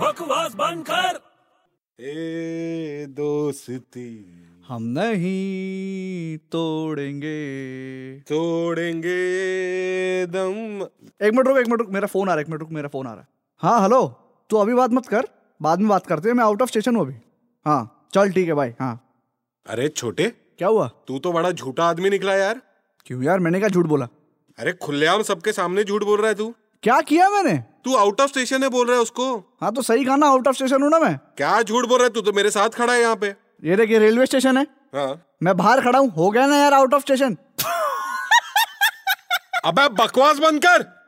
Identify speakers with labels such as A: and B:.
A: बकवास बंद कर
B: ए दोस्ती
C: हम नहीं तोड़ेंगे
B: तोड़ेंगे दम
C: एक मिनट रुक एक मिनट रुक मेरा फोन आ रहा है एक मिनट रुक मेरा फोन आ रहा है हाँ हेलो तू अभी बात मत कर बाद में बात करते हैं मैं आउट ऑफ स्टेशन हूँ अभी हाँ चल ठीक है भाई हाँ
B: अरे छोटे
C: क्या हुआ
B: तू तो बड़ा झूठा आदमी निकला यार
C: क्यों यार मैंने क्या झूठ बोला
B: अरे खुलेआम सबके सामने झूठ बोल रहा है तू
C: क्या किया मैंने
B: तू आउट ऑफ स्टेशन है बोल रहा है उसको
C: हाँ तो सही कहा ना आउट ऑफ स्टेशन हूँ ना मैं
B: क्या झूठ बोल रहा है तू तो मेरे साथ खड़ा है यहाँ पे
C: ये देख ये रेलवे स्टेशन है
B: हाँ
C: मैं बाहर खड़ा हूँ हो गया ना यार आउट ऑफ स्टेशन
B: अबे बकवास बंद कर